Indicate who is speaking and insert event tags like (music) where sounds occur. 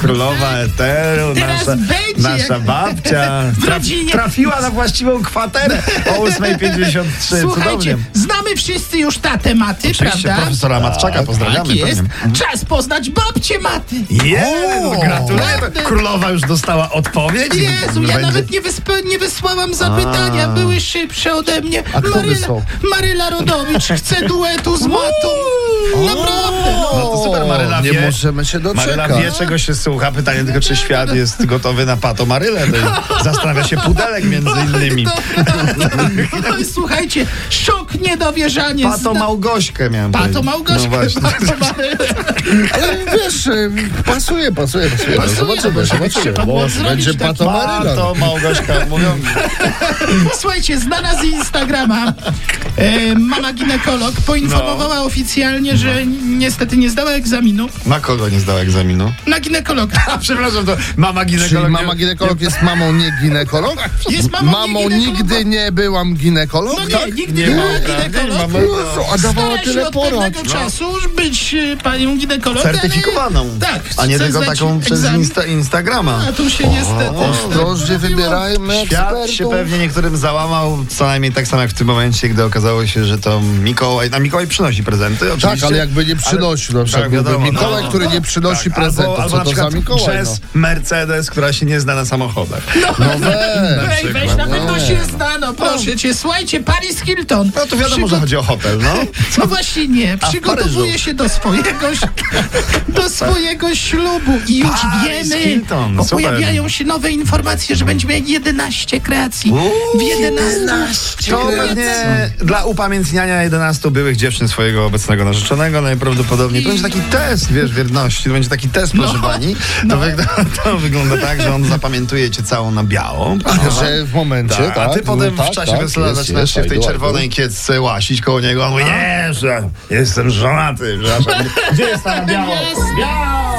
Speaker 1: Królowa Eteru,
Speaker 2: Teraz
Speaker 1: nasza,
Speaker 2: będzie.
Speaker 1: nasza babcia
Speaker 2: (laughs) W
Speaker 1: traf,
Speaker 2: rodzinie.
Speaker 1: trafiła na właściwą kwaterę o 8.53.
Speaker 2: Słuchajcie,
Speaker 1: Cudownie.
Speaker 2: znamy wszyscy już te tematy,
Speaker 1: Oczywiście
Speaker 2: prawda?
Speaker 1: profesora Matczaka pozdrawiamy. Mhm.
Speaker 2: tak jest.
Speaker 1: pewnie.
Speaker 2: Czas poznać babcie maty.
Speaker 1: Jezu,
Speaker 2: O,
Speaker 1: gratuluję.
Speaker 2: naprawdę.
Speaker 1: Królowa już dostała odpowiedź.
Speaker 2: Jezu, ja
Speaker 1: Będzie-
Speaker 2: nawet nie, wyspa- nie wysłałam zapytania, były szybsze ode mnie.
Speaker 3: A kto
Speaker 2: Maryla,
Speaker 3: wysłał?
Speaker 1: (laughs)
Speaker 2: Maryla Rodowicz chce duetu z matą. Naprawdę. No.
Speaker 1: No to super, Maryla
Speaker 3: Nie
Speaker 1: wie.
Speaker 3: możemy się
Speaker 1: Maryla
Speaker 3: doczekać.
Speaker 1: wie, czego się słucha. Pytanie tylko, czy świat jest gotowy na pato Marylę. To Zastanawia się pudelek między innymi.
Speaker 2: Oj, Słuchajcie, szok niedowierzanie.
Speaker 1: Pato Małgośkę miałem
Speaker 2: Pato
Speaker 1: powiedzieć.
Speaker 2: Małgorzata.
Speaker 1: No właśnie.
Speaker 2: (laughs) Pato Marylę.
Speaker 3: Ale wiesz, y, pasuje, pasuje, pasuje. No,
Speaker 2: Pasuje,
Speaker 3: Zobaczymy, zobaczymy.
Speaker 2: trzeba było
Speaker 3: Może
Speaker 2: zrobić tak
Speaker 3: będzie
Speaker 2: taki
Speaker 1: No
Speaker 2: (laughs)
Speaker 3: pato Maryla.
Speaker 1: Pato Małgośka, mówią.
Speaker 2: Słuchajcie, znana z Instagrama e, mama ginekolog poinformowała
Speaker 1: No.
Speaker 2: oficjalnie, że niestety nie zdała egzaminu
Speaker 1: Na kogo nie zdała egzaminu?
Speaker 2: na ginekologa.
Speaker 1: A przepraszam, to mama
Speaker 3: Czyli
Speaker 1: ginekolog.
Speaker 3: mama ginekolog jest mamą, nie ginekolog?
Speaker 2: Jest mamą, nie
Speaker 3: Mamą
Speaker 2: ginekolog.
Speaker 3: nigdy nie byłam ginekolog?
Speaker 2: No nie,
Speaker 3: tak?
Speaker 2: nigdy nie,
Speaker 1: Nie
Speaker 2: była
Speaker 1: ma, nie ma,
Speaker 2: ginekolog.
Speaker 1: ma-
Speaker 3: Jezu, a dawała
Speaker 2: Stara się
Speaker 3: tyle
Speaker 2: od
Speaker 3: porad.
Speaker 2: pewnego czasu być e, panią ginekolog.
Speaker 1: Certyfikowaną.
Speaker 2: Ale, tak.
Speaker 1: A nie
Speaker 2: chce
Speaker 1: tylko
Speaker 2: zdać
Speaker 1: taką przez
Speaker 2: egzamin,
Speaker 1: Insta Instagrama.
Speaker 2: A tu się niestety...
Speaker 3: Ostrożnie
Speaker 2: Tak.
Speaker 3: wybierajmy
Speaker 1: Świat się
Speaker 3: ekspertów.
Speaker 1: pewnie niektórym załamał, co najmniej tak samo jak w tym momencie, gdy okazało się, że to Mikołaj, a Mikołaj przynosi prezenty oczywiście.
Speaker 3: Tak, ale jakby nie przynosił na przykład. byłby
Speaker 1: Tak, wiadomo,
Speaker 3: Mikołaj,
Speaker 1: no.
Speaker 3: który nie przynosi prezentu,
Speaker 1: albo, albo
Speaker 3: co
Speaker 1: na
Speaker 3: to za
Speaker 1: przykład
Speaker 3: Mikołaj?
Speaker 1: Przez Mercedes, która się nie zna na samochodach.
Speaker 3: No, no
Speaker 1: (laughs)
Speaker 3: weź.
Speaker 2: Ej, weź, nawet to się znano, proszę cię. Słuchajcie, Paris Hilton.
Speaker 1: No to wiadomo,
Speaker 2: Przygo-
Speaker 1: że chodzi o hotel, no.
Speaker 2: No właśnie nie.
Speaker 1: w
Speaker 2: Przygotowuje
Speaker 1: Paryżu?
Speaker 2: się do swojego, (laughs) do swojego ślubu i już
Speaker 1: Paris
Speaker 2: wiemy,
Speaker 1: Hilton,
Speaker 2: bo
Speaker 1: super.
Speaker 2: pojawiają się nowe informacje, że będziemy mieli 11 kreacji.
Speaker 1: Uuu,
Speaker 2: W 11.
Speaker 1: To pewnie dla upamiętniania 11 byłych dziewczyn swojego obecnego narzeczonego najprawdopodobniej. To będzie taki test, wiesz, wierności. To będzie taki test, proszę pani. To, wygląda, (laughs) to wygląda tak, że on zapamiętuje cię całą na biało.
Speaker 3: Że w momencie,
Speaker 1: Tak,
Speaker 3: tak?
Speaker 1: a ty potem
Speaker 3: tak,
Speaker 1: w czasie
Speaker 3: tak,
Speaker 1: wesela
Speaker 3: jest,
Speaker 1: zaczynasz
Speaker 3: jest,
Speaker 1: się w tej
Speaker 3: idol,
Speaker 1: czerwonej kiecce łasić koło niego. On mówi, nie, że jestem żonaty. przepraszam. Gdzie jest ta na biało? Biało!